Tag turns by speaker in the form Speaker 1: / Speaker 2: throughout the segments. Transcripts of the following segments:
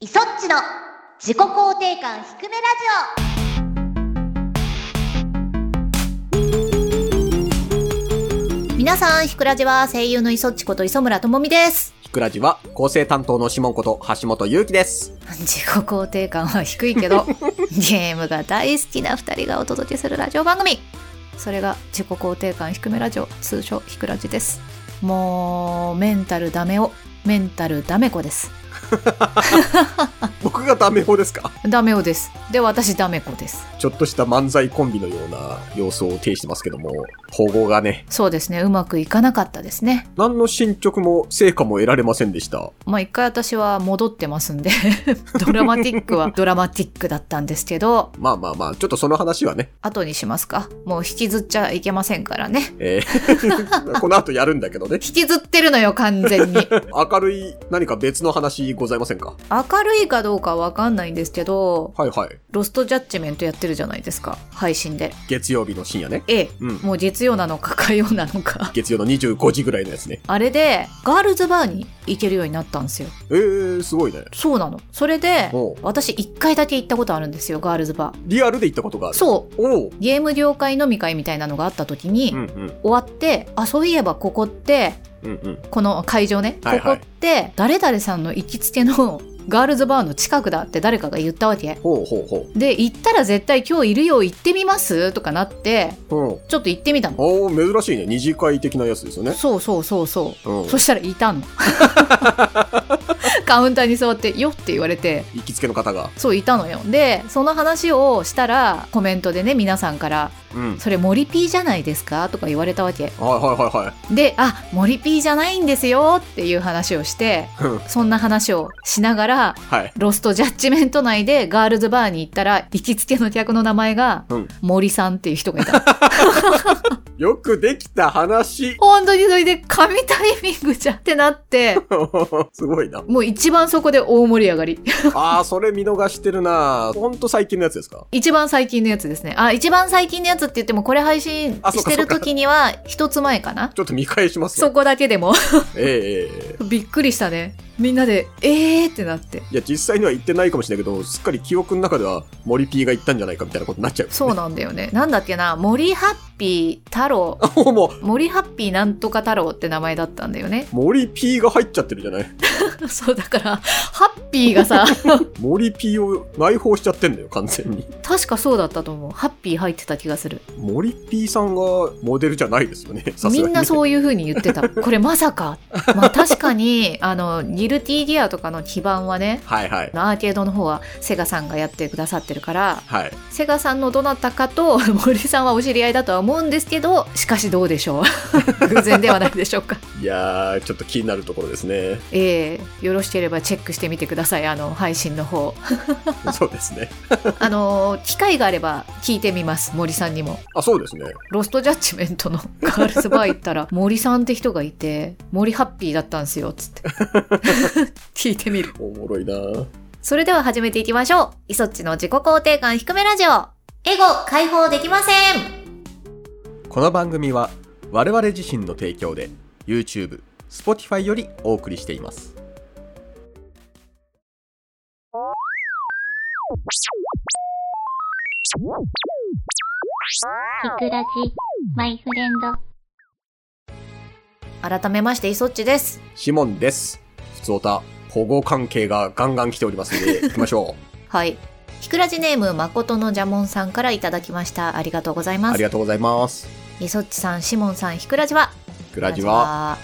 Speaker 1: イソッチの自己肯定感低めラジオ皆さん、ひくらじは声優のイソッチこと磯村智美です。
Speaker 2: ひくらじは、構成担当のシモンこと橋本ゆうきです。
Speaker 1: 自己肯定感は低いけ ど、ゲームが大好きな二人がお届けするラジオ番組。それが自己肯定感低めラジオ、通称ひくらじです。もう、メンタルダメを、メンタルダメ子です。
Speaker 2: 僕がダメ法ですか
Speaker 1: ダメをです。で、私ダメ子です。
Speaker 2: ちょっとした漫才コンビのような様相を呈してますけども、保護がね、
Speaker 1: そうですね、うまくいかなかったですね。
Speaker 2: 何の進捗も成果も得られませんでした。
Speaker 1: まあ一回私は戻ってますんで、 ドラマティックはドラマティックだったんですけど、
Speaker 2: まあまあまあ、ちょっとその話はね、
Speaker 1: 後にしますか。もう引きずっちゃいけませんからね。
Speaker 2: えー この後やるんだけどね、
Speaker 1: 引きずってるのよ、完全に。
Speaker 2: 明るい何か別の話ございませんか
Speaker 1: 明るいかどうかわかんないんですけど、
Speaker 2: はいはい。
Speaker 1: ロストジャッジメントやってるじゃないですか。配信で。
Speaker 2: 月曜日の深夜ね。
Speaker 1: ええ、
Speaker 2: うん。
Speaker 1: もう月曜なのか火曜なのか。
Speaker 2: 月曜の25時ぐらいのやつね。
Speaker 1: あれで、ガールズバーに行けるようになったんですよ。
Speaker 2: えー、すごいね。
Speaker 1: そうなの。それで
Speaker 2: おう、
Speaker 1: 私一回だけ行ったことあるんですよ、ガールズバー。
Speaker 2: リアルで行ったことがある。
Speaker 1: そう。
Speaker 2: おう。
Speaker 1: ゲーム業界飲み会みたいなのがあった時に、
Speaker 2: うんうん。
Speaker 1: 終わってあそういえばここって
Speaker 2: うんうん。
Speaker 1: この会場ね、
Speaker 2: はいはい
Speaker 1: ここって誰々さんの行きつけの ガールズバーの近くだって誰かが言ったわけ
Speaker 2: ほうほうほう。
Speaker 1: で行ったら絶対今日いるよ行ってみますとかなって
Speaker 2: うん。
Speaker 1: ちょっと行ってみたの
Speaker 2: おお珍しいね二次会的なやつですよね
Speaker 1: そうそうそうそううんそしたらい たのカウンターに座って「よ」って言われて
Speaker 2: 行きつけの方が
Speaker 1: そういたのよでその話をしたらコメントでね皆さんから
Speaker 2: うん
Speaker 1: 「それ森 P じゃないですか?」とか言われたわけ
Speaker 2: はいはいはいは
Speaker 1: で「あ森 P じゃないんですよ」っていう話をして
Speaker 2: いうん
Speaker 1: そんな話をしながら、
Speaker 2: はい
Speaker 1: ロストジャッジメント内でガールズバーに行ったら、行きつけの客の名前が
Speaker 2: うん、
Speaker 1: 森さんっていう人がいた。
Speaker 2: よくできた話
Speaker 1: 本当にそれで、神タイミングじゃんってなって、
Speaker 2: すごいな
Speaker 1: もう一番そこで大盛り上がり。
Speaker 2: あーそれ見逃してるなほんと最近のやつですか
Speaker 1: 一番最近のやつですね。あ、一番最近のやつって言っても、これ配信
Speaker 2: あそ
Speaker 1: し
Speaker 2: うか
Speaker 1: てる
Speaker 2: そうか
Speaker 1: 時には、一つ前かな
Speaker 2: ちょっと見返します
Speaker 1: そ
Speaker 2: ね
Speaker 1: こだけでも。
Speaker 2: ええええ
Speaker 1: びっくりしたね。みんなで、えーってなって。
Speaker 2: いや実際には言ってないかもしれないけどすっかり記憶の中では森 P が言ったんじゃないかみたいなことになっちゃう
Speaker 1: そうなんだよね。なんだっけな、森ハッピー太郎。
Speaker 2: あ もうもう
Speaker 1: 森ハッピーなんとか太郎って名前だったんだよね。
Speaker 2: 森 P が入っちゃってるじゃない
Speaker 1: そうだからハッピー がさ
Speaker 2: 森 P を内包しちゃってんだよ完全に
Speaker 1: 確かそうだったと思うハッピー入ってた気がする
Speaker 2: 森 P さんがモデルじゃないですよねさすがに
Speaker 1: みんな
Speaker 2: う
Speaker 1: そういう風に言ってたこれまさかまあ確かにあのギルティギアとかの基盤はね
Speaker 2: はいはい
Speaker 1: アーケードの方はセガさんがやってくださってるから
Speaker 2: はい
Speaker 1: セガさんのどなたかと森さんはお知り合いだとは思うんですけどしかしどうでしょう 偶然ではないでしょうか
Speaker 2: いやー、ちょっと気になるところです ね。
Speaker 1: ええよろしければチェックしてみてくださいあの配信の方
Speaker 2: そうですね。
Speaker 1: あの機会があれば聞いてみます森さんにも
Speaker 2: あ、そうですね。
Speaker 1: ロストジャッジメントのガールズバー行った ら森さんって人がいて森ハッピーだったんですよつって 聞いてみる
Speaker 2: おもろいな
Speaker 1: それでは始めていきましょうイソッチの自己肯定感低めラジオエゴ解放できません
Speaker 2: この番組は、我々自身の提供で、YouTube、Spotify よりお送りしています。
Speaker 3: ひくらじ、マイフレンド。
Speaker 1: 改めましてイソッチです
Speaker 2: シモンです。普通おた、保護関係がガンガン来ておりますの で、行きましょ。
Speaker 1: はいひくらじネーム誠のジャモンさんからいただきましたありがとうございうま
Speaker 2: あり
Speaker 1: す
Speaker 2: がとうございます。
Speaker 1: イソッチさんシモンさんひくらじは
Speaker 2: グラジは、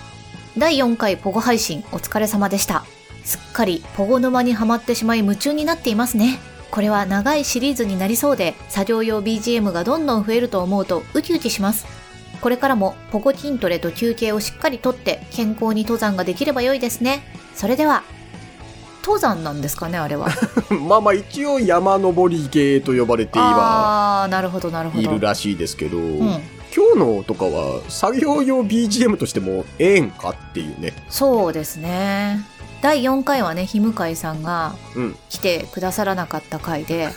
Speaker 1: 第4回ポゴ配信お疲れ様でしたすっかりポゴ沼にはまってしまい夢中になっていますねこれは長いシリーズになりそうで作業用 BGM がどんどん増えると思うとウキウキしますこれからもポゴ筋トレと休憩をしっかりとって健康に登山ができれば良いですねそれでは登山なんですかねあ れは
Speaker 2: まあまあ一応山登り系と呼ばれては
Speaker 1: あーなるほどなるほ
Speaker 2: い
Speaker 1: ど
Speaker 2: るらしいですけど、
Speaker 1: うん
Speaker 2: 今、日のとかは作業用 BGM としてもええんかっていうね。
Speaker 1: そうですね第4回はねひむかいさんが
Speaker 2: うん。
Speaker 1: 来てくださらなかった回で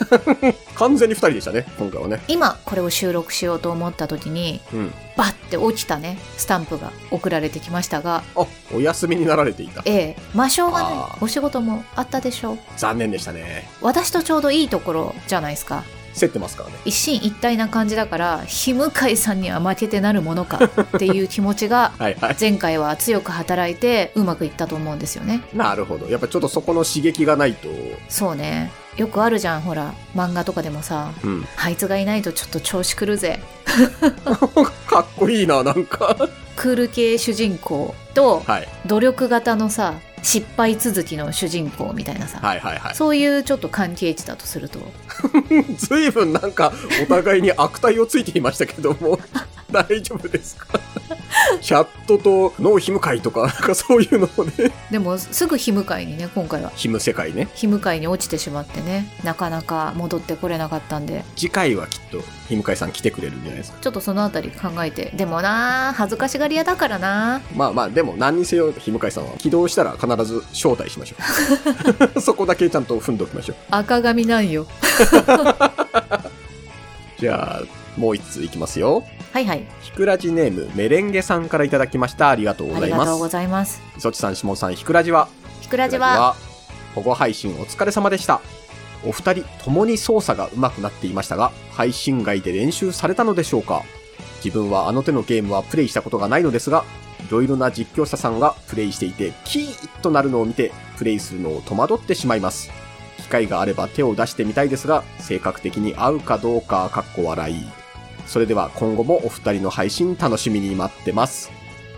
Speaker 2: 完全に二人でしたね、今回はね。
Speaker 1: 今これを収録しようと思った時に
Speaker 2: うん。
Speaker 1: バッって落ちたねスタンプが送られてきましたが
Speaker 2: あお休みになられていた
Speaker 1: ええまあしょうがない
Speaker 2: あー
Speaker 1: お仕事もあったでしょう
Speaker 2: 残念でしたね
Speaker 1: 私とちょうどいいところじゃないですか
Speaker 2: 競ってますからね
Speaker 1: 一進一退な感じだから日向井さんには負けてなるも のかっていう気持ちが
Speaker 2: はい はい
Speaker 1: 前回は強く働いてうまくいったと思うんですよね
Speaker 2: なるほどやっぱちょっとそこの刺激がないと
Speaker 1: そうねよくあるじゃんほら漫画とかでもさ
Speaker 2: うん
Speaker 1: あいつがいないとちょっと調子狂うぜ
Speaker 2: かっこいいななんか
Speaker 1: クール系主人公と
Speaker 2: はい
Speaker 1: 努力型のさ失敗続きの主人公みたいなさ、
Speaker 2: はいはい はい
Speaker 1: そういうちょっと関係値だとすると
Speaker 2: ずいぶんなんかお互いに悪態をついていましたけども 大丈夫ですか チャットと脳ひむ会とかなんかそういうのをね
Speaker 1: でもすぐ非向かいにね今回は
Speaker 2: ひむ世界ね
Speaker 1: 非向かいに落ちてしまってねなかなか戻ってこれなかったんで
Speaker 2: 次回はきっとひむ会さん来てくれるんじゃないですか
Speaker 1: ちょっとそのあたり考えてでもなあ恥ずかしがり屋だからな
Speaker 2: まあまあでも何にせよひむ会さんは起動したら必ず招待しましょ うそこだけちゃんと踏んでおきましょう
Speaker 1: 赤髪なんよ
Speaker 2: じゃあもう一通いきますよ
Speaker 1: はいはい
Speaker 2: ひくらじネームメレンゲさんからいただきましたありがとうご
Speaker 1: あ
Speaker 2: ざい
Speaker 1: りが
Speaker 2: ま
Speaker 1: とうご
Speaker 2: す
Speaker 1: ざいます
Speaker 2: そちさんしもんさんひくらじは
Speaker 1: ひくらじは
Speaker 2: 保護配信お疲れ様でしたお二人ともに操作が上手くなっていましたが配信外で練習されたのでしょうか自分はあの手のゲームはプレイしたことがないのですがいろいろな実況者さんがプレイしていてキーッとなるのを見てプレイするのを戸惑ってしまいます機会があれば手を出してみたいですが性格的に合うかどうかかっこ笑いそれでは今後もお二人の配信楽しみに待ってます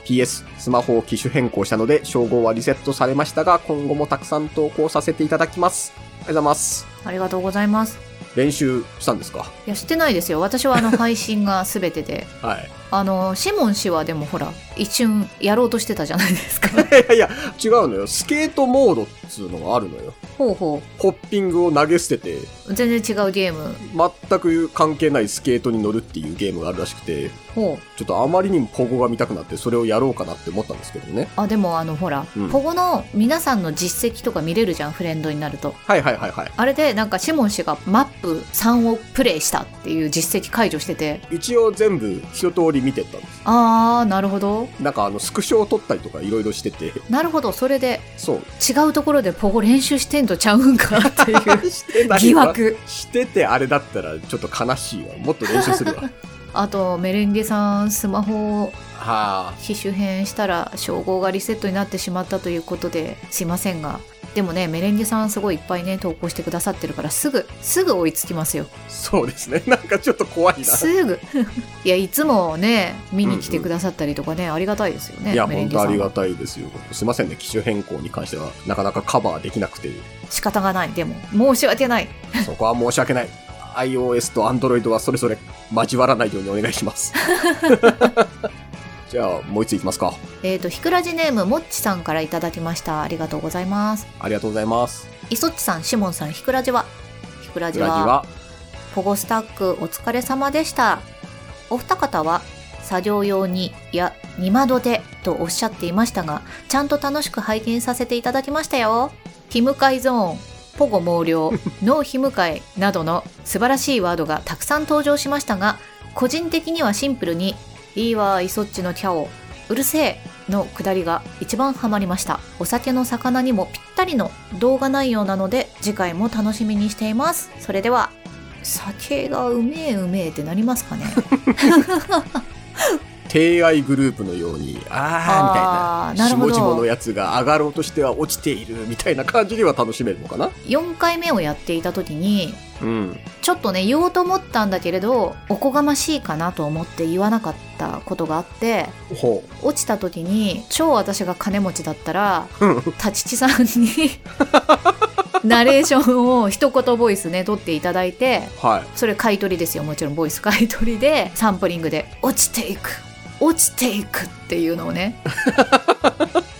Speaker 2: PS、スマホを機種変更したので、称号はリセットされましたが、今後もたくさん投稿させていただきます。ありがとうございます。
Speaker 1: ありがとうございます
Speaker 2: 練習したんですか
Speaker 1: いやしてないですよ私はあの配信が全てで
Speaker 2: はい。
Speaker 1: あのシモン氏はでもほら一瞬やろうとしてたじゃないですか
Speaker 2: いやいや、違うのよ。スケートモードっつうのがあるのよ。
Speaker 1: ほうほ
Speaker 2: ホッピングを投げ捨てて、
Speaker 1: う全然違うゲーム
Speaker 2: 全く関係ないスケートに乗るっていうゲームがあるらしくて、
Speaker 1: ほう
Speaker 2: ちょっとあまりにもポゴが見たくなって、それをやろうかなって思ったんですけどね。
Speaker 1: あでもあのほら、
Speaker 2: うん
Speaker 1: ポゴの皆さんの実績とか見れるじゃんフレンドになると
Speaker 2: はいはいはいはい。
Speaker 1: あれでなんかシモン氏がマップ3をプレイしたっていう実績解除してて
Speaker 2: 一応全部一通り見てったんです。
Speaker 1: あーなるほど
Speaker 2: なんかあの、スクショを撮ったりとかいろいろしてて、
Speaker 1: なるほどそれで
Speaker 2: そう。
Speaker 1: 違うところでポゴ練習してんとちゃうんか っていう
Speaker 2: してないわ
Speaker 1: 疑惑
Speaker 2: しててあれだったらちょっと悲しいわもっと練習す るわは
Speaker 1: あとメレンゲさんスマホを
Speaker 2: あ
Speaker 1: 機種変したら称号がリセットになってしまったということですいませんがでもねメレンゲさんすごいいっぱいね投稿してくださってるからすぐすぐ追いつきますよ
Speaker 2: そうですね なんかちょっと怖いな
Speaker 1: す ぐいやいつもね見に来てくださったりとかね、ありがたいですよね
Speaker 2: いや
Speaker 1: メレ
Speaker 2: 本
Speaker 1: ンゲさ
Speaker 2: 当あ
Speaker 1: ん
Speaker 2: りがたいですよすいませんね機種変更に関してはなかなかカバーできなくて
Speaker 1: 仕方がないでも申し訳ない
Speaker 2: そこは申し訳 ない iOS と Android はそれぞれ交わらないようにお願いします じゃあもう一ついきますか
Speaker 1: えっ、とひくらじネームもっちさんからいただきましたありがとうございます
Speaker 2: ありがとうございます
Speaker 1: いそっちさんしもんさんひくらじはひくらじ
Speaker 2: 裏地
Speaker 1: は
Speaker 2: は
Speaker 1: ポゴスタックお疲れ様でした。お二方は作業用に、いや、二窓でとおっしゃっていましたが、ちゃんと楽しく拝見させていただきましたよ。非向かいゾーン、ポゴ毛量、脳非向かいなどの素晴らしいワードがたくさん登場しましたが、個人的にはシンプルに、いいわーいそっちのキャオ、うるせえのくだりが一番ハマりました。お酒の魚にもぴったりの動画内容なので、次回も楽しみにしています。それでは、酒がうめえうめえってなります かね
Speaker 2: 低愛グループのようにあー
Speaker 1: あー
Speaker 2: みたいな
Speaker 1: なるほど
Speaker 2: 下々のやつが上がろうとしては落ちているみたいな感じには楽しめるのかな
Speaker 1: 4回目をやっていた時に
Speaker 2: うん
Speaker 1: ちょっとね言おうと思ったんだけれどおこがましいかなと思って言わなかったことがあって
Speaker 2: ほう
Speaker 1: 落ちた時に超私が金持ちだったら
Speaker 2: うん
Speaker 1: 立ちさんに ナレーションを一言ボイスね取っていただいて
Speaker 2: はい
Speaker 1: それ買い取りですよもちろんボイス買い取りで サンプリングで「落ちていく落ちていく」っていうの をね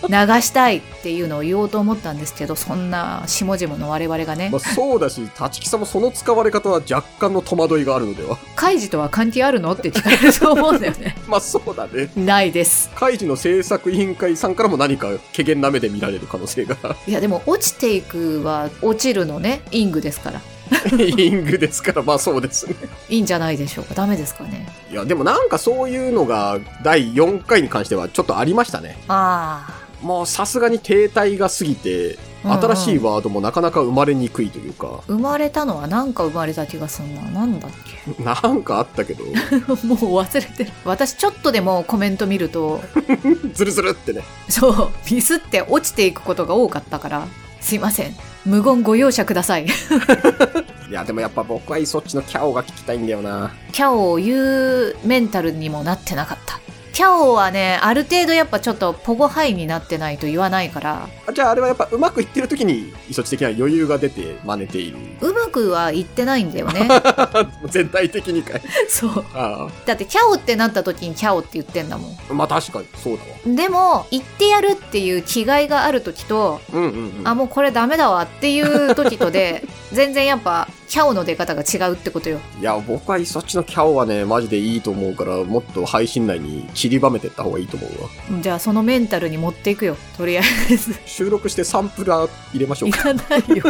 Speaker 1: 流したいっていうのを言おうと思ったんですけどそんな下々の我々がね
Speaker 2: まあ、そうだし、立木さんもその使われ方は若干の戸惑いがあるのでは。
Speaker 1: 「カイジとは関係あるの?」って聞かれると思うんだよね
Speaker 2: まあそうだね。
Speaker 1: ないです
Speaker 2: カイジの制作委員会さんからも何か怪げな目で見られる可能性が。
Speaker 1: いやでも「落ちていく」は「落ちる」のねイングですから
Speaker 2: イングですから、まあそうですね。
Speaker 1: いいんじゃないでしょうかダメですかね
Speaker 2: いや、でもなんかそういうのが第4回に関してはちょっとありましたね。
Speaker 1: あ
Speaker 2: もうさすがに停滞が過ぎて、
Speaker 1: うんうん
Speaker 2: 新しいワードもなかなか生まれにくいというか、
Speaker 1: 生まれたのはなんか生まれた気がすんななんだっけ
Speaker 2: なんかあったけど、
Speaker 1: もう忘れてる私ちょっとでもコメント見ると
Speaker 2: ズルズルってね。
Speaker 1: そうミスって落ちていくことが多かったからすいません無言ご容赦ください
Speaker 2: いや、でもやっぱ僕はそっちのキャオが聞きたいんだよな。
Speaker 1: キャオを言うメンタルにもなってなかったキャオはねある程度やっぱちょっとポゴハイになってないと言わないから
Speaker 2: あじゃああれはやっぱうまくいってる時に、そっち的な余裕が出て真似ている。
Speaker 1: うまくは言ってないんだよね
Speaker 2: 全体的にか い。
Speaker 1: そう
Speaker 2: あ
Speaker 1: だってキャオってなった時にキャオって言ってんだも
Speaker 2: あ。まあ確かに、そうだわ。
Speaker 1: んでも言ってやるっていう気概がある時と
Speaker 2: うんうんうん。
Speaker 1: あもうこれダメだわっていう時 とで全然やっぱキャオの出方が違うってことよ
Speaker 2: いや、僕はそっちのキャオはね、マジでいいと思うから、もっと配信内に散りばめてった方がいいと思うわ。
Speaker 1: じゃあそのメンタルに持っていくよとりあえず
Speaker 2: 収録してサンプラー入れましょう
Speaker 1: い
Speaker 2: か。
Speaker 1: らないよ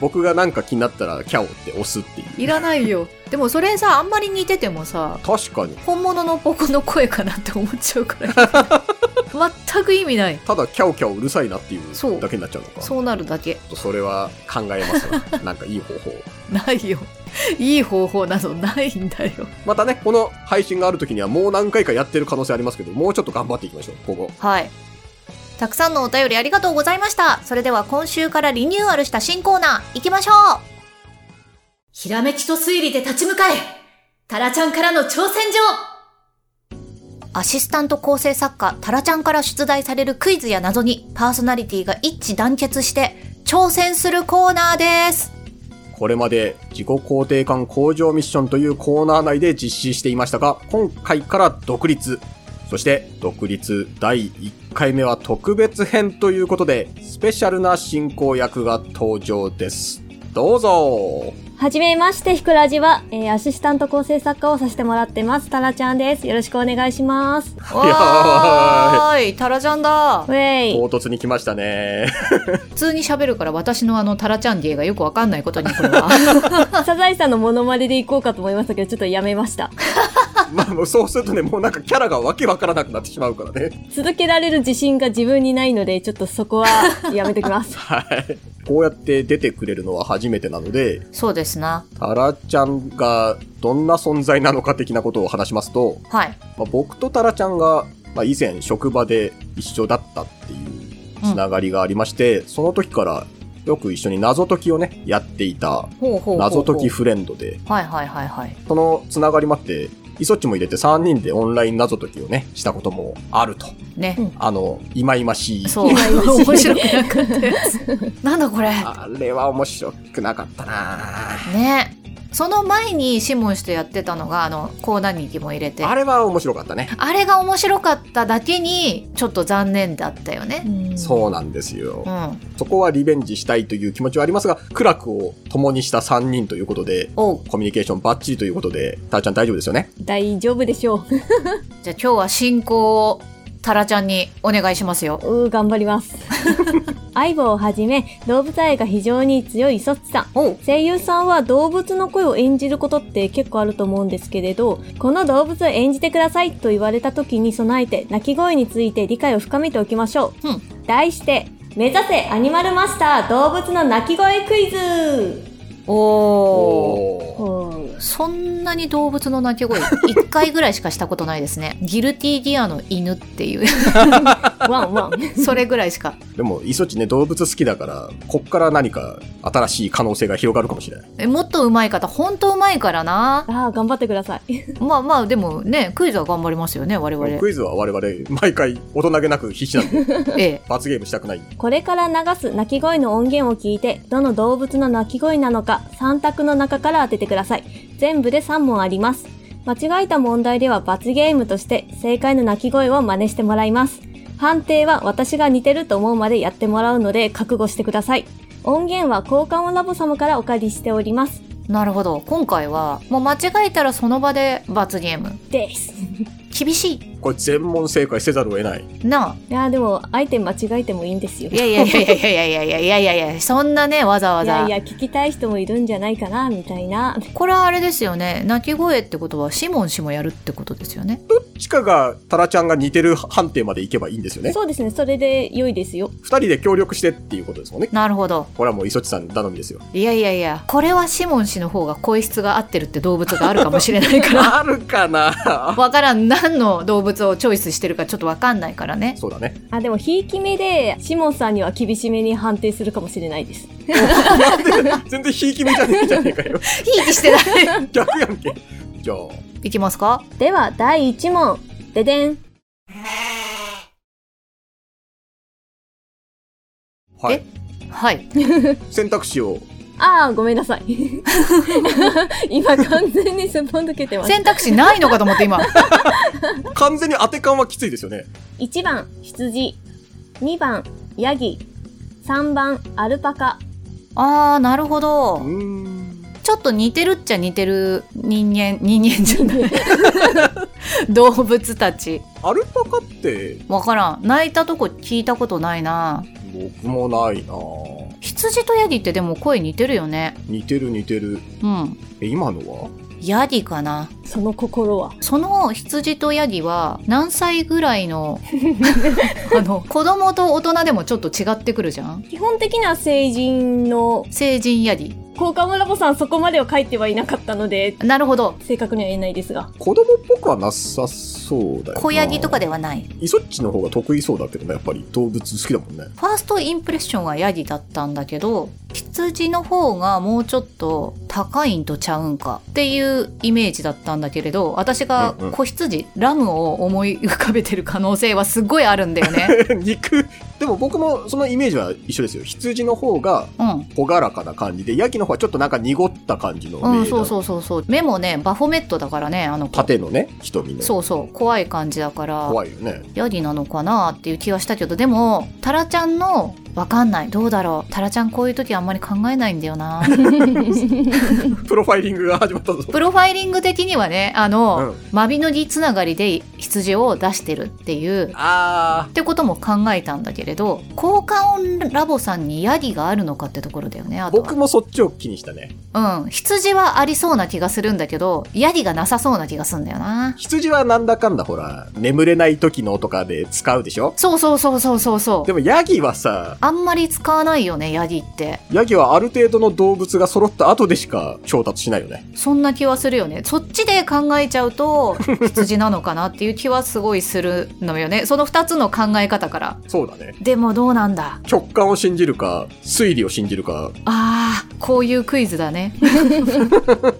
Speaker 2: 僕がなんか気になったら、キャオって押すっていう。
Speaker 1: いらないよでもそれさあんまり似ててもさ
Speaker 2: 確かに。
Speaker 1: 本物のポコの声かなって思っちゃうから全く意味ない
Speaker 2: ただ、キャオキャオうるさいなってい
Speaker 1: そう
Speaker 2: うだけになっちゃうのか。
Speaker 1: そうなるだけ
Speaker 2: ちょっとそれは考えます わ。なんかいい方法。
Speaker 1: ないよいい方法などないんだよ
Speaker 2: またね、この配信がある時にはもう何回かやってる可能性ありますけど、もうちょっと頑張っていきましょう、ここ。
Speaker 1: はい。たくさんのお便りありがとうございました。それでは今週からリニューアルした新コーナー、行きましょうひらめきと推理で立ち向かえタラちゃんからの挑戦状アシスタント構成作家、タラちゃんから出題されるクイズや謎に、パーソナリティが一致団結して、挑戦するコーナーです
Speaker 2: これまで自己肯定感向上ミッションというコーナー内で実施していましたが、今回から独立。そして、独立第1回目は特別編ということで、スペシャルな進行役が登場です。どうぞ
Speaker 4: はじめまして、ひくらじは、えーアシスタント構成作家をさせてもらってます。タラちゃんです。よろしくお願いします。
Speaker 1: お
Speaker 2: ー
Speaker 1: いタラちゃんだ
Speaker 4: ウェイ。
Speaker 2: 唐突に来ましたね。
Speaker 1: 普通に喋るから私のあのタラちゃん芸がよくわかんないことにこれは。
Speaker 4: サザエさんのモノマネで行こうかと思いましたけど、ちょっとやめました。
Speaker 2: まあ、もうそうするとね、もうなんかキャラがわけわからなくなってしまうからね。
Speaker 4: 続けられる自信が自分にないので、ちょっとそこはやめときます。
Speaker 2: はい。こうやって出てくれるのは初めてなので、
Speaker 1: そうですな。
Speaker 2: タラちゃんがどんな存在なのか的なことを話しますと、
Speaker 1: はい。
Speaker 2: まあ、僕とタラちゃんが、まあ、以前職場で一緒だったっていうつながりがありまして、その時からよく一緒に謎解きをね、やっていた
Speaker 1: ほうほうほうほう
Speaker 2: 謎解きフレンドで、
Speaker 1: はいはいはいはい。
Speaker 2: そのつながりもあって、イソッチも入れて3人でオンライン謎解きをね、したこともあると。
Speaker 1: ね
Speaker 4: う。ん
Speaker 2: あの、いまいましい。
Speaker 1: そう。
Speaker 4: 今 今
Speaker 1: 面白くなかったやつ。なんだこれ。
Speaker 2: あれは面白くなかったな
Speaker 1: ね。その前にシモン氏とやってたのが、あの、コーナーにも入れて。
Speaker 2: あ
Speaker 1: あれ
Speaker 2: れは面白かったね。
Speaker 1: が面白かっただけに、ちょっと残念だったよね。
Speaker 2: そうなんですよ
Speaker 1: う。ん。
Speaker 2: そこはリベンジしたいという気持ちはありますが、苦楽を共にした3人ということで、
Speaker 1: おう。
Speaker 2: コミュニケーションバッチリということで、タラちゃん大丈夫ですよね
Speaker 4: 大丈夫でしょう。
Speaker 1: じゃあ今日は進行を、タラちゃんにお願いしますよ。
Speaker 4: うー頑張り ます。相棒をはじめ、動物愛が非常に強いイソッチさん。
Speaker 1: おう。
Speaker 4: 声優さんは動物の声を演じることって結構あると思うんですけれど、この動物を演じてくださいと言われた時に備えて、鳴き声について理解を深めておきましょう。
Speaker 1: うん
Speaker 4: 題して、目指せアニマルマスター動物の鳴き声クイズ
Speaker 1: おー。
Speaker 2: おー
Speaker 1: そんなに動物の鳴き声、一回ぐらいしかしたことないですね。 ギルティギアの犬っていう、
Speaker 4: ワンワン。
Speaker 1: それぐらいしか。
Speaker 2: でも、イソチね、動物好きだから、こっから何か新しい可能性が広がるかもしれない。
Speaker 1: えもっと上手い方本当上手いからな
Speaker 4: ああ、頑張ってください。
Speaker 1: まあまあでもねクイズは頑張りますよね我々
Speaker 2: クイズは我々、毎回、大人げなく必死なんで、
Speaker 1: ええ
Speaker 2: 罰ゲームしたくない。
Speaker 4: これから流す鳴き声の音源を聞いて、どの動物の鳴き声なのか、3択の中から当ててください。全部で3問あります。間違えた問題では罰ゲームとして、正解の鳴き声を真似してもらいます。判定は私が似てると思うまでやってもらうので、覚悟してください。音源は交換音ラボ様からお借りしております。
Speaker 1: なるほど今回はもう間違えたらその場で罰ゲーム
Speaker 4: です。
Speaker 1: 厳しい
Speaker 2: これ全問正解せざるを得ない。
Speaker 1: なあ
Speaker 4: いやーでも、アイテム間違えてもいいんですよ。
Speaker 1: いやいやいやいやいやいやいやいやいやいやそんなねわざわざ
Speaker 4: いやいや、聞きたい人もいるんじゃないかな、みたいな。
Speaker 1: これはあれですよね鳴き声ってことはシモン氏もやるってことですよね
Speaker 2: チカがタラちゃんが似てる判定まで行けばいいんですよね。
Speaker 4: そうですね、それで良いですよ。
Speaker 2: 二人で協力してっていうことですもんね。
Speaker 1: なるほど
Speaker 2: これはもう磯地さん頼みですよ。
Speaker 1: いやいやいやこれはシモン氏の方が声質が合ってるって動物があるかもしれないから
Speaker 2: あ るかな
Speaker 1: わからん何の動物をチョイスしてるかちょっとわかんないからね
Speaker 2: そうだ ね。
Speaker 4: あ、でも、ひいき目で、シモンさんには厳しめに判定するかもしれないです。
Speaker 2: なんで全然ひいき目じゃねえじゃねえかよ。
Speaker 1: ひいきしてない
Speaker 2: 逆やんけ。じゃあ、
Speaker 1: いきますか
Speaker 4: では、第1問。ででん。
Speaker 2: はい。
Speaker 1: はい
Speaker 2: 選択肢を。
Speaker 4: あー、ごめんなさ い。今、完全にすっぽん抜けてます。
Speaker 1: 選択肢ないのかと思って今
Speaker 2: 完全に当て感はきついですよね。
Speaker 4: 1番、羊。2番、ヤギ。3番、アルパカ。
Speaker 1: あーなるほ
Speaker 2: うー
Speaker 1: ど
Speaker 2: ん。
Speaker 1: ちょっと似てるっちゃ似てる人間人間じゃない動物たち
Speaker 2: アルパカって、
Speaker 1: わからん泣いたとこ聞いたことないな
Speaker 2: 僕もないな
Speaker 1: 羊とヤギってでも声似てるよね
Speaker 2: 似てる似てる。
Speaker 1: うん
Speaker 2: え、今のは
Speaker 1: ヤギかな
Speaker 4: その心は。
Speaker 1: その羊とヤギは何歳ぐらいのあの子供と大人でもちょっと違ってくるじゃん
Speaker 4: 基本的には成人の、
Speaker 1: 成人ヤギ
Speaker 4: 効果村ラボさんそこまでは書いてはいなかったので、
Speaker 1: なるほど
Speaker 4: 正確には言えないですが。
Speaker 2: 子供っぽくはなさそうだよな。
Speaker 1: 小ヤギとか
Speaker 2: で。
Speaker 1: ではない
Speaker 2: イソッチの方が得意そうだけどね、やっぱり動物好きだもん ね。
Speaker 1: ファーストインプレッションはヤギだったんだけど羊の方がもうちょっと高いんとちゃうんかっていうイメージだったんだけれど私が
Speaker 2: うんうん
Speaker 1: 子羊、ラムを思い浮かべてる可能性はすごいあるんだ よね
Speaker 2: 肉でも僕もそのイメージは一緒ですよ羊の方が
Speaker 1: うん
Speaker 2: 朗らかな感じでヤギの方はちょっとなんか濁った感じの
Speaker 1: うん、そう
Speaker 2: う
Speaker 1: そうそうそう目もねバフォメットだからねあの子
Speaker 2: 縦のね瞳の
Speaker 1: そうそう怖い感じだから
Speaker 2: 怖いよね
Speaker 1: ヤギなのかなっていう気はしたけどでもタラちゃんのわかんないどうだろうタラちゃんこういう時あんまり考えないんだ よな
Speaker 2: プロファイリングが始まったぞ
Speaker 1: プロファイリング的にはねあの、
Speaker 2: うん
Speaker 1: 間引の儀つながりで羊を出してるっていう
Speaker 2: あ
Speaker 1: ってことも考えたんだけれど効果音ラボさんにヤギがあるのかってところだよねあ
Speaker 2: ー
Speaker 1: と
Speaker 2: 僕
Speaker 1: は
Speaker 2: もそっちを気にしたね
Speaker 1: うん羊はありそうな気がするんだけどヤギがなさそうな気がするんだよな
Speaker 2: 羊はなんだかんだほら眠れない時のとかで使うでしょ
Speaker 1: そうそうそうそうそうそう
Speaker 2: でもヤギはさ
Speaker 1: あんまり使わないよねヤギって
Speaker 2: ヤギはある程度の動物が揃った後でしか調達しないよね
Speaker 1: そんな気はするよねそっちで考えちゃ うと羊なのかなっていう気はすごいするのよねその2つの考え方から
Speaker 2: そうだね
Speaker 1: でもどうなんだ
Speaker 2: 直感を信じるか推理を信じるか
Speaker 1: あーこういうクイズだ ね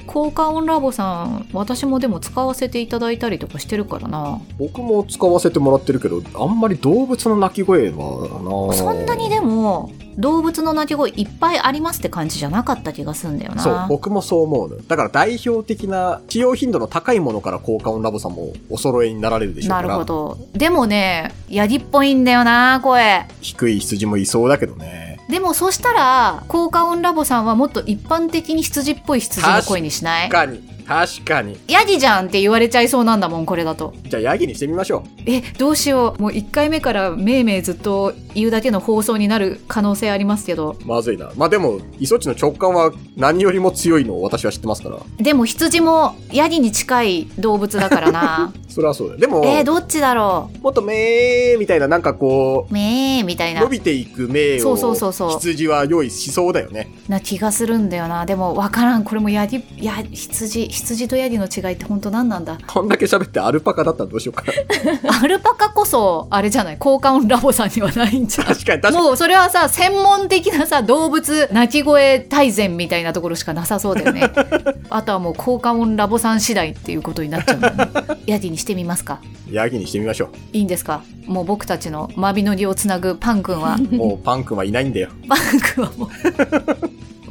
Speaker 1: 効果音ラボさん私もでも使わせていただいたりとかしてるからな
Speaker 2: 僕も使わせてもらってるけど、あんまり動物の鳴き声はな
Speaker 1: そんなにでも動物の鳴き声いっぱいありますって感じじゃなかった気がするんだよな
Speaker 2: そう、僕もそう思うのよ。だから代表的な、使用頻度の高いものから効果音ラボさんもお揃いになられるでしょうか
Speaker 1: な
Speaker 2: ら。
Speaker 1: るほどでもねヤギっぽいんだよな声
Speaker 2: 低い羊もいそうだけどね。
Speaker 1: でもそしたら効果音ラボさんはもっと一般的に羊っぽい羊の声にしない
Speaker 2: かに、確かに。
Speaker 1: ヤギじゃんって言われちゃいそうなんだもんこれだと
Speaker 2: じゃあヤギにしてみましょ
Speaker 1: えどうしようもう1回目からめいめいずっと言うだけの放送になる可能性ありますけど
Speaker 2: う。まずいな。まあでも、イソチの直感は何よりも強いのを私は知ってますから。
Speaker 1: でも羊もヤギに近い動物だから な
Speaker 2: それはそうだよ。でも、
Speaker 1: えー、どっちだろ
Speaker 2: もっとめーみたいな、なんかこ、
Speaker 1: うめーみたいうな
Speaker 2: 伸びていく目を、
Speaker 1: そうそうそうそう
Speaker 2: 羊は用意しそうだよね。
Speaker 1: な気がするんだよなでも分からんこれもヤギや羊羊とヤギの違いって本当何なんだ
Speaker 2: こんだけ喋ってアルパカだったらどうしようかな。
Speaker 1: アルパカこそあれじゃない効果音ラボさんにはないんじゃん
Speaker 2: 確かに確かに。
Speaker 1: もうそれはさ専門的なさ動物鳴き声大全みたいなところしかなさそうだよ ねあとはもう効果音ラボさん次第っていうことになっちゃうんだよ ねヤギにしてみますか
Speaker 2: ヤギにしてみましょ
Speaker 1: いいんですかもう僕たちの間引の儀をつなぐパン君 は
Speaker 2: う。もうパン君はいないんだよ。
Speaker 1: パン君はもう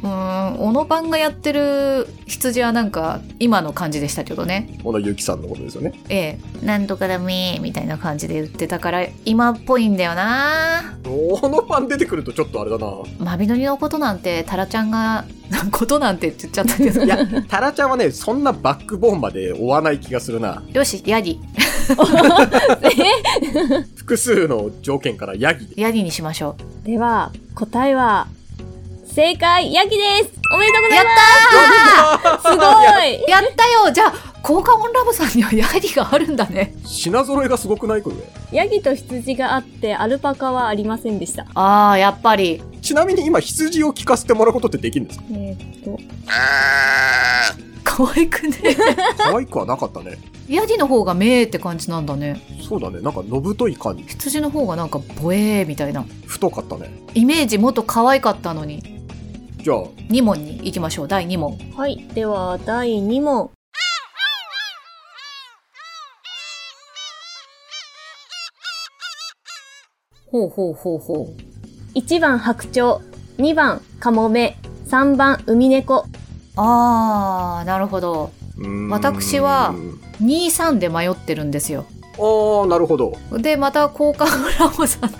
Speaker 1: うーん小野パンがやってる羊はなんか今の感じでしたけどね
Speaker 2: 小野ゆきさんのことですよね。
Speaker 1: ええなんとかだめーみたいな感じで言ってたから今っぽいんだよな
Speaker 2: 小野パン出てくるとちょっとあれだな。
Speaker 1: マビノリのことなんてタラちゃんがことなんてって言っちゃ ったけど
Speaker 2: いや、タラちゃんはね、そんなバックボーンまで追わない気がするな。
Speaker 1: よしヤギ
Speaker 2: 複数の条件からヤギで。
Speaker 1: ヤギにしましょ
Speaker 4: では、答えは、正解、ヤギですおめでとうござい
Speaker 2: や
Speaker 4: ま
Speaker 2: った
Speaker 4: すすご
Speaker 2: ー
Speaker 4: い
Speaker 1: う。やったよじゃあ、効果音ラボさんにはヤギがあるんだね。
Speaker 2: 品揃えがすごくないこれ。
Speaker 4: ヤギと羊があって、アルパカはありませんでした。
Speaker 1: ああ、やっぱり。
Speaker 2: ちなみに今、羊を聞かせてもらうことってできる んですか
Speaker 4: えーっと、
Speaker 1: 可愛くね。
Speaker 2: 可愛くはなかったね。
Speaker 1: ヤギの方がめーって感じなんだね。
Speaker 2: そうだね。なんか、のぶとい感じ。
Speaker 1: 羊の方がなんかボエーみたいな。
Speaker 2: 太かったね。
Speaker 1: イメージもっと可愛かったのに。
Speaker 2: じゃあ、
Speaker 1: 2問に行きましょう。第2問。
Speaker 4: はい。では、第2問。
Speaker 1: ほうほうほうほう。
Speaker 4: 1番白鳥、2番カモメ、3番海猫。
Speaker 1: あー、なるほど。
Speaker 2: うーん
Speaker 1: 私は2、3で迷ってるんですよ。
Speaker 2: あー、なるほど。
Speaker 1: で、また交換ラボさ ん。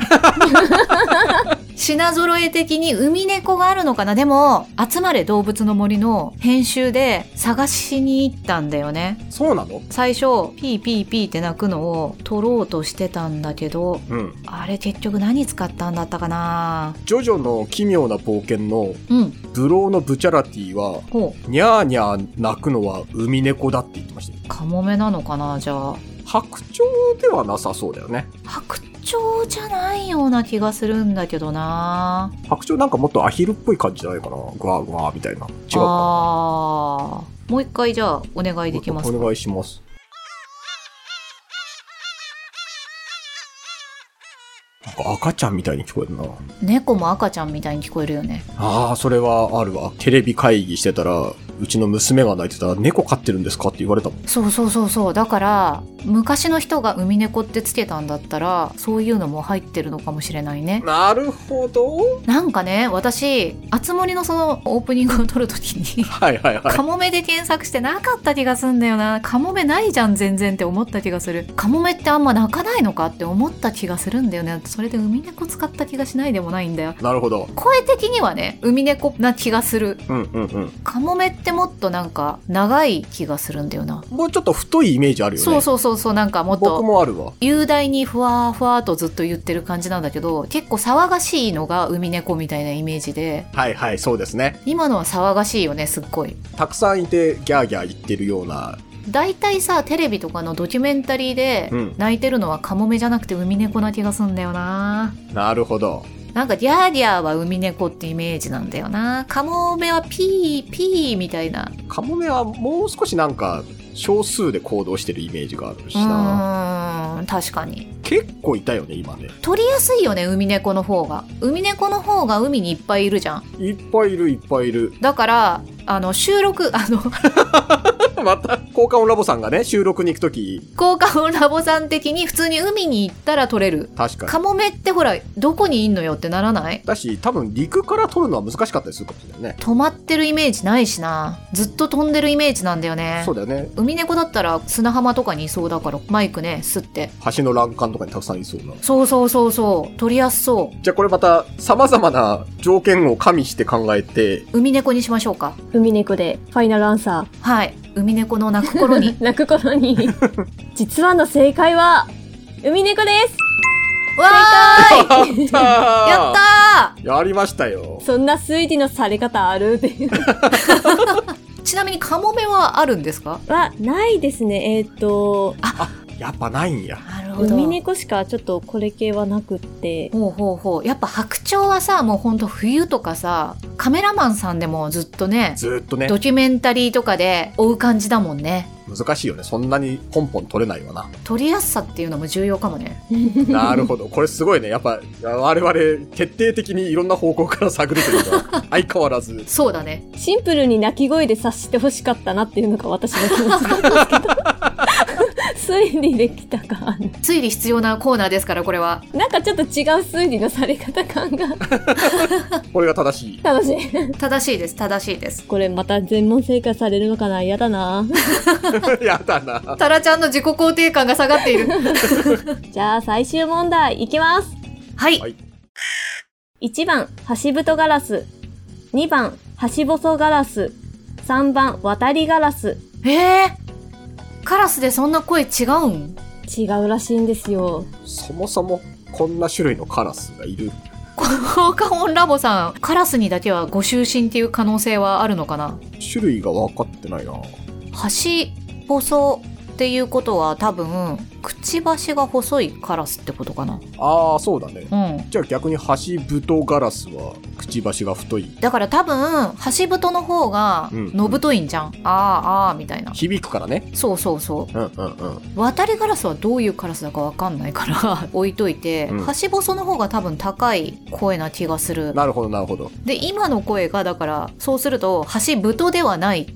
Speaker 1: 品揃え的に海猫があるのかなでも、集まれ動物の森の編集で探しに行ったんだよね。
Speaker 2: そうなの
Speaker 1: 最初、ピーピーピーって鳴くのを取ろうとしてたんだけど、
Speaker 2: うん。
Speaker 1: あれ結局何使ったんだったかな
Speaker 2: ジョジョの奇妙な冒険の、
Speaker 1: うん、
Speaker 2: ブローのブチャラティは、
Speaker 1: ほ
Speaker 2: ニャーニャー泣くのは海猫だって言ってましたよ
Speaker 1: う。カモメなのかなじゃあ。
Speaker 2: 白鳥ではなさそうだよね。
Speaker 1: 白鳥じゃないような気がするんだけどな
Speaker 2: 白鳥なんかもっとアヒルっぽい感じじゃないかな。グワーグワーみたいな。違うか。
Speaker 1: あーもう一回じゃあお願いできます
Speaker 2: お
Speaker 1: か
Speaker 2: お願いします。なんか赤ちゃんみたいに聞こえるな。
Speaker 1: 猫も赤ちゃんみたいに聞こえるよね
Speaker 2: ああ、それはあるわ。テレビ会議してたら、うちの娘が泣いてたら、猫飼ってるんですかって言われたもん。
Speaker 1: そうそうそうそうだから昔の人が海猫ってつけたんだったらそういうのも入ってるのかもしれないね
Speaker 2: なるほど。
Speaker 1: なんかね私あつ森のそのオープニングを撮るときに
Speaker 2: はいはいはい。
Speaker 1: カモメで検索してなかった気がすんだよなカモメないじゃん全然って思った気がするカモメってあんま鳴かないのかって思った気がするんだよねそれで海猫使った気がしないでもないんだよ
Speaker 2: なるほど。
Speaker 1: 声的にはね海猫な気がする
Speaker 2: うんうんうん。
Speaker 1: カモメってもっとなんか長い気がするんだよな
Speaker 2: もうちょっと太いイメージあるよね。
Speaker 1: そうそうそうそうなんかもっ
Speaker 2: 僕
Speaker 1: と
Speaker 2: もあるわ。
Speaker 1: 雄大にふわーふわーとずっと言ってる感じなんだけど結構騒がしいのが海猫みたいなイメージで
Speaker 2: はいはい、そうですね。
Speaker 1: 今のは騒がしいよねすっごい
Speaker 2: たくさんいて、ギャーギャー言ってるような。
Speaker 1: 大体さテレビとかのドキュメンタリーで
Speaker 2: うん
Speaker 1: 泣いてるのはカモメじゃなくてウミネコな気がすんだよな
Speaker 2: なるほど。
Speaker 1: なんかギャーギャーはウミネコってイメージなんだよなカモメはピーピーみたいな
Speaker 2: カモメはもう少しなんか、少数で行動してるイメージがあるし
Speaker 1: う
Speaker 2: な。
Speaker 1: ーん確かに
Speaker 2: 結構いたよね、今ね。
Speaker 1: 取りやすいよねウミネコの方がウミネコの方が海にいっぱいいるじゃん
Speaker 2: いっぱいいる、いっぱいいる。
Speaker 1: だからあの収録 あの
Speaker 2: また、交換音ラボさんがね、収録に行くとき、
Speaker 1: 効果音ラボさん的に普通に海に行ったら取れる
Speaker 2: 確かに。
Speaker 1: カモメってほらどこにいんのよってならない
Speaker 2: だし、多分陸から撮るのは難しかったりするかもしれないね。
Speaker 1: 止まってるイメージないしなずっと飛んでるイメージなんだよね
Speaker 2: そうだよね。
Speaker 1: 海猫だったら砂浜とかにいそうだからマイクね吸って
Speaker 2: 橋の欄干とかにたくさんいそうな。
Speaker 1: そうそうそうそう取りやすそ
Speaker 2: じゃあこれまた、様々な条件を加味して考え て、
Speaker 1: う海猫にしましょうか
Speaker 4: 海猫で、ファイナルアンサ
Speaker 1: はい海猫の鳴く頃に
Speaker 4: ー。泣く頃に。 実はの正解は、海猫です
Speaker 1: わーい
Speaker 2: やった
Speaker 1: やった
Speaker 2: やりましたよ。
Speaker 4: そんな推理のされ方あるっていう。
Speaker 1: ーちなみにカモメはあるんですか
Speaker 4: は、ないですね。えーっと、
Speaker 2: やっぱないんや。
Speaker 1: なる
Speaker 4: 海猫しかちょっとこれ系はなくって。
Speaker 1: ほうほうほうやっぱ白鳥はさもうほんと冬とかさカメラマンさんでもずっとね
Speaker 2: ずーっとね、
Speaker 1: ドキュメンタリーとかで追う感じだもんね
Speaker 2: 難しいよね。そんなにポンポン取れないわな。
Speaker 1: 取りやすさっていうのも重要かもね
Speaker 2: なるほど。これすごいね。やっぱ、我々、徹底的にいろんな方向から探るというか、相変わらず。
Speaker 1: そうだね
Speaker 4: シンプルに鳴き声で察してほしかったなっていうのが私の気持ちなんですけど。推理できたか。
Speaker 1: 推理必要なコーナーですからこれは
Speaker 4: なんかちょっと違う推理のされ方感が
Speaker 2: これが正しい。
Speaker 4: 楽しい。
Speaker 1: 正しいです正しいです
Speaker 4: これまた全問正解されるのかな嫌だな。
Speaker 2: やだな。
Speaker 1: タラちゃんの自己肯定感が下がって いる
Speaker 4: じゃあ最終問題いきます。
Speaker 1: はい、
Speaker 2: はい
Speaker 4: 1番、橋太ガラス。2番、橋細ガラス。3番、渡りガラス。
Speaker 1: えー、カラスでそんな声違うん
Speaker 4: 違うらしいんですよ。
Speaker 2: そもそもこんな種類のカラスがいる。
Speaker 1: 効果音ラボさん、カラスにだけはご就寝っていう可能性はあるのかな
Speaker 2: 種類が分かってないな。
Speaker 1: 端細っていうことは多分、くちばしが細いカラスってことかな。
Speaker 2: ああ、そうだね。
Speaker 1: うん。
Speaker 2: じゃあ逆にハシブトガラスはくちばしが太い。
Speaker 1: だから多分、端太の方が、
Speaker 2: うん
Speaker 1: のぶといんじゃん。ああ、ああ、みたいな。
Speaker 2: 響くからね。
Speaker 1: そうそうそう。
Speaker 2: うんうんうん。
Speaker 1: 渡りガラスはどういうカラスだかわかんないから 置いといて、
Speaker 2: うん
Speaker 1: 端細の方が多分高い声な気がする。
Speaker 2: なるほどなるほど。
Speaker 1: で、今の声が、だから、そうすると、橋太ではない、橋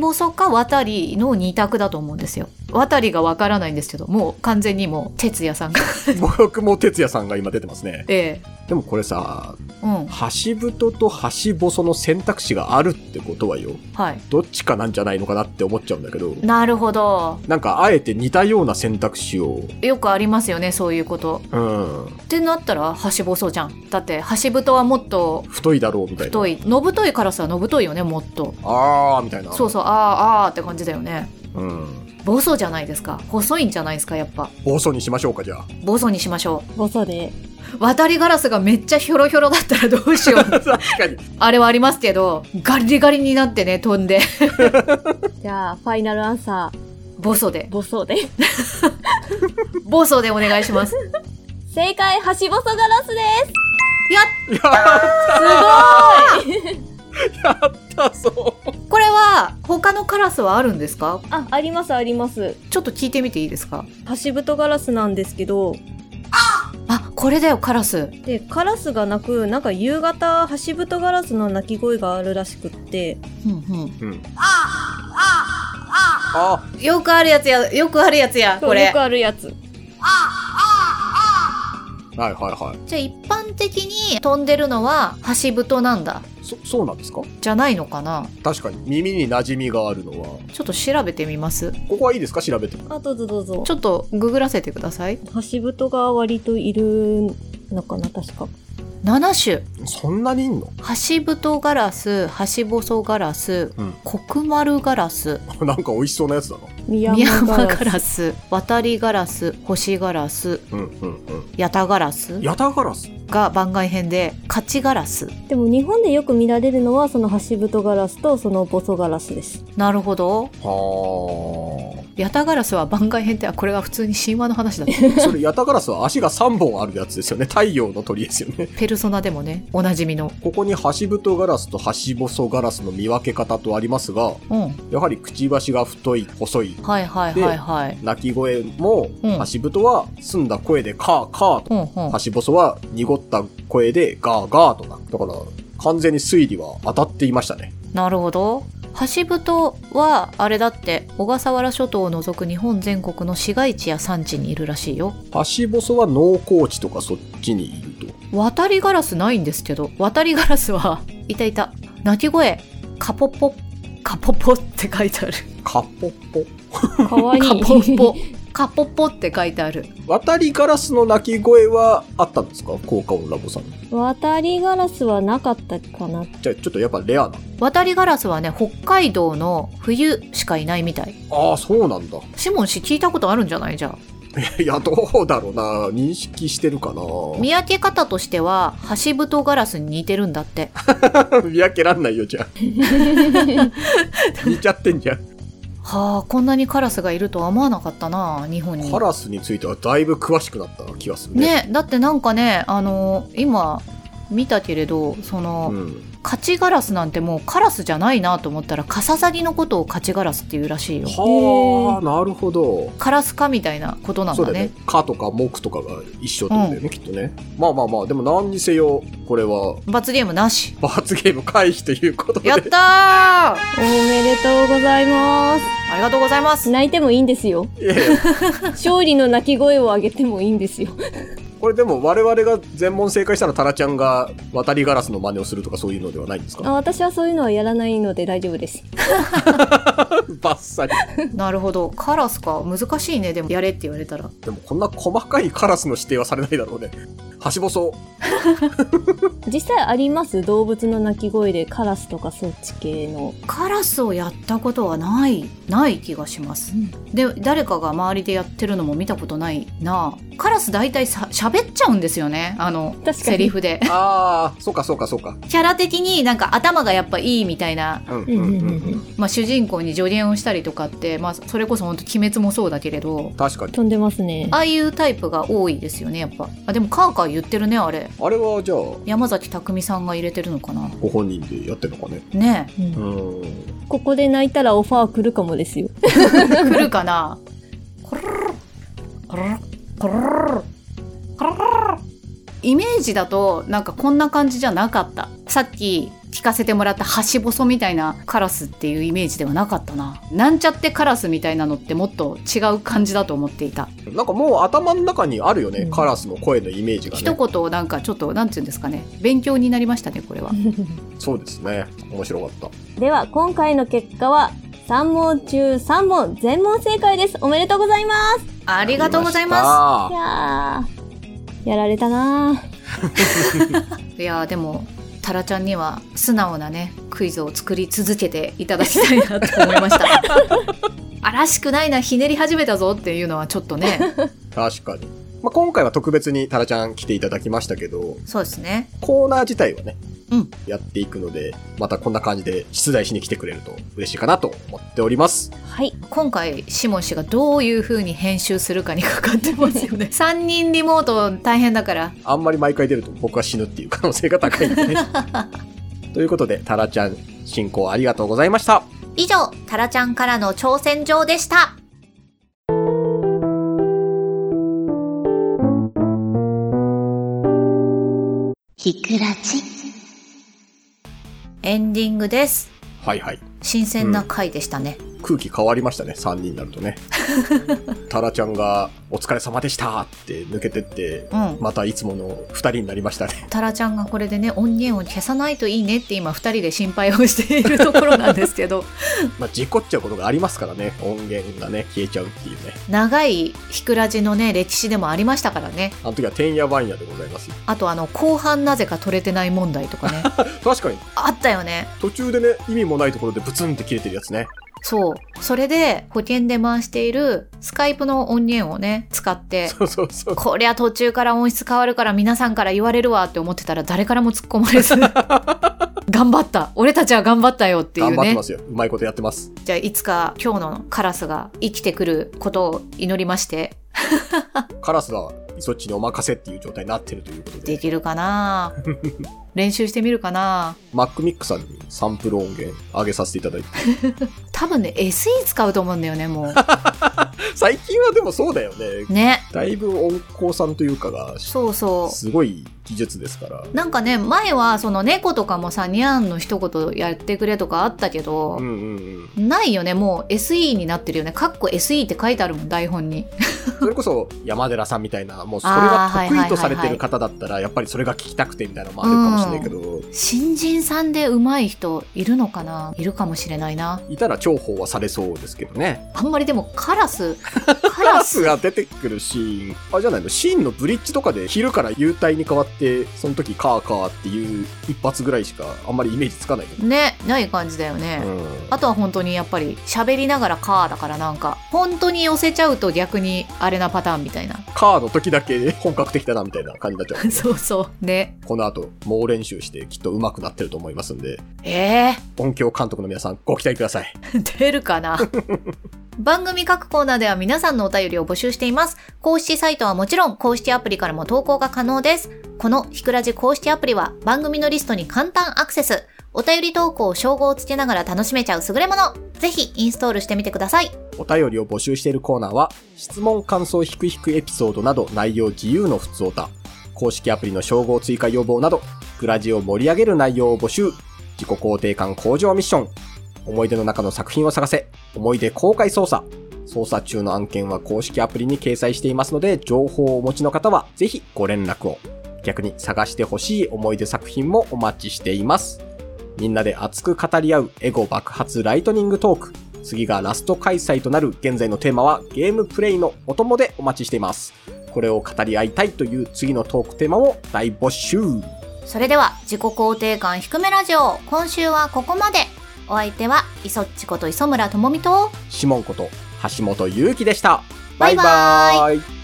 Speaker 1: 細か渡りの二択だと思うんですよ。渡りがわからないんですけど、もう完全にもう、哲也さんが。
Speaker 2: 僕も哲也さんが今出てますね。
Speaker 1: ええ。
Speaker 2: でもこれさ、
Speaker 1: うん。
Speaker 2: ハシブトとハシボソの選択肢があるってことはよ。
Speaker 1: はい。
Speaker 2: どっちかなんじゃないのかなって思っちゃうんだけど。
Speaker 1: なるほど。
Speaker 2: なんかあえて似たような選択肢を。
Speaker 1: よくありますよね、そういうこと。
Speaker 2: うん。
Speaker 1: ってなったら、橋細じゃん。だって、橋太はもっと、
Speaker 2: 太いだろうみたいな。
Speaker 1: 太い。の太いからさ、の太いよね、もっと。
Speaker 2: あーみたいな。
Speaker 1: そうそう、あーあーって感じだよね。
Speaker 2: う。うん。
Speaker 1: ボソじゃないですか。細いんじゃないですか、やっぱ。
Speaker 2: ボソにしましょうか、じゃあ。
Speaker 1: ボソにしましょ
Speaker 4: 細で。
Speaker 1: う。渡りガラスがめっちゃヒョロヒョロだったらどうしよう。
Speaker 2: 確かに。
Speaker 1: あれはありますけど、ガリガリになってね、飛んで、
Speaker 4: じゃあ、ファイナルアンサー、
Speaker 1: ボソで。
Speaker 4: ボソで。
Speaker 1: ボソでお願いします。
Speaker 4: 正解、ハシボソガラスです
Speaker 1: や
Speaker 2: やったすごいやったぞ
Speaker 1: っこれは、他のカラスはあるんですか
Speaker 4: あ、ありますあります。
Speaker 1: ちょっと聞いてみていいですか
Speaker 4: ハシブトガラスなんですけど、
Speaker 1: あ、これだよ、カラス。
Speaker 4: で、カラスが鳴く、なんか夕方、ハシブトガラスの鳴き声があるらしくって、
Speaker 1: うんうん。
Speaker 2: うん。あ
Speaker 1: よくあるやつや、よくあるやつや、これ
Speaker 4: よく。あるやつ。
Speaker 2: あはいはいは
Speaker 1: じゃあ一般的に飛んでるのは、ハシブトなんだ。
Speaker 2: い。そ、そうなんですか
Speaker 1: じゃないのかな
Speaker 2: 確かに耳に馴染みがあるのは。
Speaker 1: ちょっと調べてみます。
Speaker 2: ここはいいですか調べて。
Speaker 4: あ、どうぞどうぞ
Speaker 1: ち。ょっとググらせてください。
Speaker 4: ハシブトが割といるのかな、確か。
Speaker 1: 7種。
Speaker 2: そんなにいんの
Speaker 1: ハシブトガラス、ハシボソガラス
Speaker 2: うん、
Speaker 1: コクマルガラス、
Speaker 2: なんか美味しそうなやつだな。
Speaker 4: ミヤ
Speaker 1: ミヤ
Speaker 4: マ
Speaker 1: マ
Speaker 4: ガラス。
Speaker 1: ガラス、渡りガラス、星ガラス、
Speaker 2: うんうんうん。
Speaker 1: ヤタガラス
Speaker 2: ヤタガラス
Speaker 1: が番外編で、カチガラス。
Speaker 4: でも日本でよく見られるのは、そのハシブトガラスとそのボソガラスです。
Speaker 1: なるほど。
Speaker 2: は
Speaker 1: ヤタガラスは番外編って、あ、これは普通に神話の話だ。
Speaker 2: あ。それヤタガラスは足が3本あるやつですよね。太陽の鳥ですよね。
Speaker 1: ペルソナでもね、おなじみの。
Speaker 2: ここにハシブトガラスとハシボソガラスの見分け方とありますが、
Speaker 1: うん。
Speaker 2: やはりくちばしが太い、細い。
Speaker 1: はいはいはいはい。
Speaker 2: 鳴き声も、
Speaker 1: うん
Speaker 2: ハシブトは澄んだ声でカーカーと。
Speaker 1: うんうん
Speaker 2: ハ。シボソは濁った声でガーガーとなる。だから、完全に推理は当たっていましたね。
Speaker 1: なるほど。ハシブトは、あれだって、小笠原諸島を除く日本全国の市街地や山地にいるらしいよ。
Speaker 2: ハシボソは農耕地とかそっちにいると。
Speaker 1: 渡りガラスないんですけど渡りガラスはいたいた鳴き声カポポカポポって書いてある
Speaker 2: カポポ。
Speaker 4: かわいい。
Speaker 1: カポポカポポって書いてある
Speaker 2: 渡りガラスの鳴き声はあったんですか効果音ラボさん。
Speaker 4: 渡りガラスはなかったかな。
Speaker 2: じゃあちょっとやっぱレアな。
Speaker 1: 渡りガラスはね北海道の冬しかいないみたい
Speaker 2: ああ、そうなんだ。
Speaker 1: シモン氏聞いたことあるんじゃないじゃあ
Speaker 2: いや、どうだろうな。認識してるかな。
Speaker 1: 見分け方としてはハシブトガラスに似てるんだって
Speaker 2: 見分けらんないよ、じゃあ。似ちゃってんじゃん。
Speaker 1: はあこんなにカラスがいるとは思わなかったな日本に
Speaker 2: カラスについてはだいぶ詳しくなった気がするね。
Speaker 1: ねだってなんかねあの今見たけれどその、
Speaker 2: うん。
Speaker 1: カチガラスなんてもうカラスじゃないなと思ったらカササギのことをカチガラスっていうらしいよ
Speaker 2: はあ、なるほど。
Speaker 1: カラスかみたいなことなん
Speaker 2: そう
Speaker 1: だ
Speaker 2: だよ
Speaker 1: ね
Speaker 2: ね。かとか木とかが一緒ってことだよね、きっとね。まあまあまあ、でも何にせよ、これは
Speaker 1: 罰ゲームなし
Speaker 2: 罰ゲーム回避ということで。
Speaker 1: やったーあ
Speaker 4: おめでとうございま。
Speaker 1: りがとうございますす
Speaker 4: 泣いてもいいんですよ。
Speaker 2: いやいや
Speaker 4: 勝利の泣き声を上げてもいいんですよ。
Speaker 2: これでも我々が全問正解したらタラちゃんが渡りガラスの真似をするとかそういうのではないんです
Speaker 4: あ
Speaker 2: か
Speaker 4: 私はそういうのはやらないので大丈夫です。
Speaker 2: バッサリ。
Speaker 1: なるほどカラスか難しいねでもやれって言われたら
Speaker 2: でもこんな細かいカラスの指定はされないだろうね。端細。
Speaker 4: 実際あります動物の鳴き声でカラスとかそっち系の。
Speaker 1: カラスをやったことはないない気がします、で誰かが周りでやってるのも見たことないなカラス大体さ喋っちゃうんですよねあの
Speaker 4: 確かに
Speaker 1: セリフで
Speaker 2: ああ、そうかそうかそうか。
Speaker 1: キャラ的になんか頭がやっぱいいみたいな、
Speaker 2: うんうんうんうん。
Speaker 1: まあ、主人公に助言をしたりとかって、まあ、それこそ本当鬼滅もそうだけれど
Speaker 2: 確かに。
Speaker 4: 飛んでますね。
Speaker 1: ああいうタイプが多いですよねやっぱあでもカーカー言ってるねあれ
Speaker 2: あれはじゃあ、
Speaker 1: 山崎匠さんが入れてるのかな
Speaker 2: ご本人でやってるのかね。
Speaker 1: ね
Speaker 4: うん
Speaker 2: うん。
Speaker 4: ここで泣いたらオファー来るかもで すよ。
Speaker 1: え来るかなコロロロコロロロコロロロコロロロイメージだとなんかこんな感じじゃなかったさっき聞かせてもらった端細みたいなカラスっていうイメージではなかったななんちゃってカラスみたいなのってもっと違う感じだと思っていた
Speaker 2: なんかもう頭の中にあるよね、
Speaker 4: うん
Speaker 2: カラスの声のイメージが
Speaker 1: 一
Speaker 2: ね。
Speaker 1: 言をなんかちょっとなんて言うんですかね勉強になりましたねこれは
Speaker 2: そうですね。面白かっ
Speaker 4: では、今回の結果は、3問中3問全問正解です。おめでとうございます。
Speaker 2: た。
Speaker 1: ありがとうございます
Speaker 4: い
Speaker 2: ま
Speaker 4: やー、やられたなー。
Speaker 1: いやーでもタラちゃんには素直なねクイズを作り続けていただきたいなと思いました あらしくないなひねり始めたぞっていうのはちょっとね
Speaker 2: す。確かに。まあ、今回は特別にタラちゃん来ていただきましたけど、
Speaker 1: そうですね
Speaker 2: コーナー自体はね、
Speaker 1: うん
Speaker 2: やっていくので、またこんな感じで出題しに来てくれると嬉しいかなと思っております。
Speaker 4: はい。
Speaker 1: 今回シモン氏がどういう風に編集するかにかかってますよ ね3人リモート大変だから
Speaker 2: あんまり毎回出ると僕は死ぬっていう可能性が高いん でね。ということで、タラちゃん、進行ありがとうございました。
Speaker 1: 以上タラちゃんからの挑戦状でした
Speaker 3: ひくらち。
Speaker 1: エンディングです
Speaker 2: はいはい。
Speaker 1: 新鮮な回でしたね、
Speaker 2: 空気変わりましたね、3人になると ね。タラちゃんが、お疲れ様でしたって抜けてって、
Speaker 1: うん
Speaker 2: またいつもの2人になりましたね。
Speaker 1: タラちゃんがこれでね音源を消さないといいねって今2人で心配をしているところなんですけど
Speaker 2: まあ、事故っちゃうことがありますからね、音源がね、消えちゃうっていうね。
Speaker 1: 長いひくらじのね歴史でもありましたからね
Speaker 2: あの時は、てんやわんやでございますよ。
Speaker 1: あとあの後半なぜか取れてない問題とか ね
Speaker 2: 確かに、
Speaker 1: あったよね
Speaker 2: 途中でね、意味もないところでブツンって切れてるやつね。
Speaker 1: そうそれで保険で回しているスカイプの音源をね使って
Speaker 2: そうそうそう。
Speaker 1: こりゃ途中から音質変わるから皆さんから言われるわって思ってたら誰からも突っ込ま れず頑張った俺たちは頑張ったよってい
Speaker 2: 頑
Speaker 1: う
Speaker 2: 張って
Speaker 1: ね
Speaker 2: ますよ。うまいことやってます。
Speaker 1: じゃあいつか今日のカラスが生きてくることを祈りまして
Speaker 2: カラスは、そっちにお任せっていう状態になってるということ
Speaker 1: で
Speaker 2: で、
Speaker 1: きるか な練習してみるかな
Speaker 2: マックミックさんにサンプル音源上げさせていただいて。
Speaker 1: 多分ね SE 使うと思うんだよねも
Speaker 2: 最近はでもそうだよね
Speaker 1: う。ね
Speaker 2: だいぶ温厚さんというかが、
Speaker 1: そうそ
Speaker 2: すごい技術ですから
Speaker 1: う。なんかね前はその猫とかもさニャンの一言やってくれとかあったけど、
Speaker 2: うんうんうん。
Speaker 1: ないよねもう SE になってるよねかっこ SE って書いてあるもん台本に
Speaker 2: それこそ山寺さんみたいな、もうそれ
Speaker 1: あ
Speaker 2: が
Speaker 1: ーはいはい
Speaker 2: 得
Speaker 1: はいは
Speaker 2: 意
Speaker 1: い
Speaker 2: とされてる方だったら、やっぱりそれが聞きたくてみたいなのもあるかもしれないけど、
Speaker 1: 新人さんで上手い人いるのかないるかもしれないない
Speaker 2: たら重宝はされそうですけどね。
Speaker 1: あんまりでもカラスカ
Speaker 2: カ
Speaker 1: ラ
Speaker 2: ラ
Speaker 1: ス
Speaker 2: スが出てくるシーン、あれじゃないの、シーンのブリッジとかで昼から幽体に変わって、その時カーカーっていう一発ぐらいしかあんまりイメージつかないけど。
Speaker 1: ねない感じだよね、
Speaker 2: うん
Speaker 1: あとは本当にやっぱり喋りながらカーだからなんか本当に寄せちゃうと逆にあれなパターンみたいな
Speaker 2: カーの時だけ本格的だなみたいな感じになっちゃう。
Speaker 1: そうそうね
Speaker 2: この後、猛練習してきっと上手くなってると思いますんで、
Speaker 1: えー、
Speaker 2: 音響監督の皆さんご期待ください。
Speaker 1: 出るかな番組各コーナーでは皆さんのお便りを募集しています。公式サイトはもちろん、公式アプリからも投稿が可能です。このひくらじ公式アプリは番組のリストに簡単アクセス。お便り投稿、称号をつけながら楽しめちゃう優れもの。ぜひインストールしてみてください。
Speaker 2: お便りを募集しているコーナーは、質問感想ひくひくエピソードなど内容自由の普通歌、公式アプリの称号追加要望など、グラジを盛り上げる内容を募集、自己肯定感向上ミッション、思い出の中の作品を探せ、思い出公開捜査、捜査中の案件は公式アプリに掲載していますので、情報をお持ちの方はぜひご連絡を。逆に探してほしい思い出作品もお待ちしています。みんなで熱く語り合うエゴ爆発ライトニングトーク。次がラスト開催となる現在のテーマはゲームプレイのお供でお待ちしています。これを語り合いたいという次のトークテーマを大募集
Speaker 3: それでは自己肯定感低めラジオ今週はここまでお相手は磯っちこと磯村智美と
Speaker 2: シモンこと橋本祐希でした。バイバ
Speaker 3: バイバ
Speaker 2: イ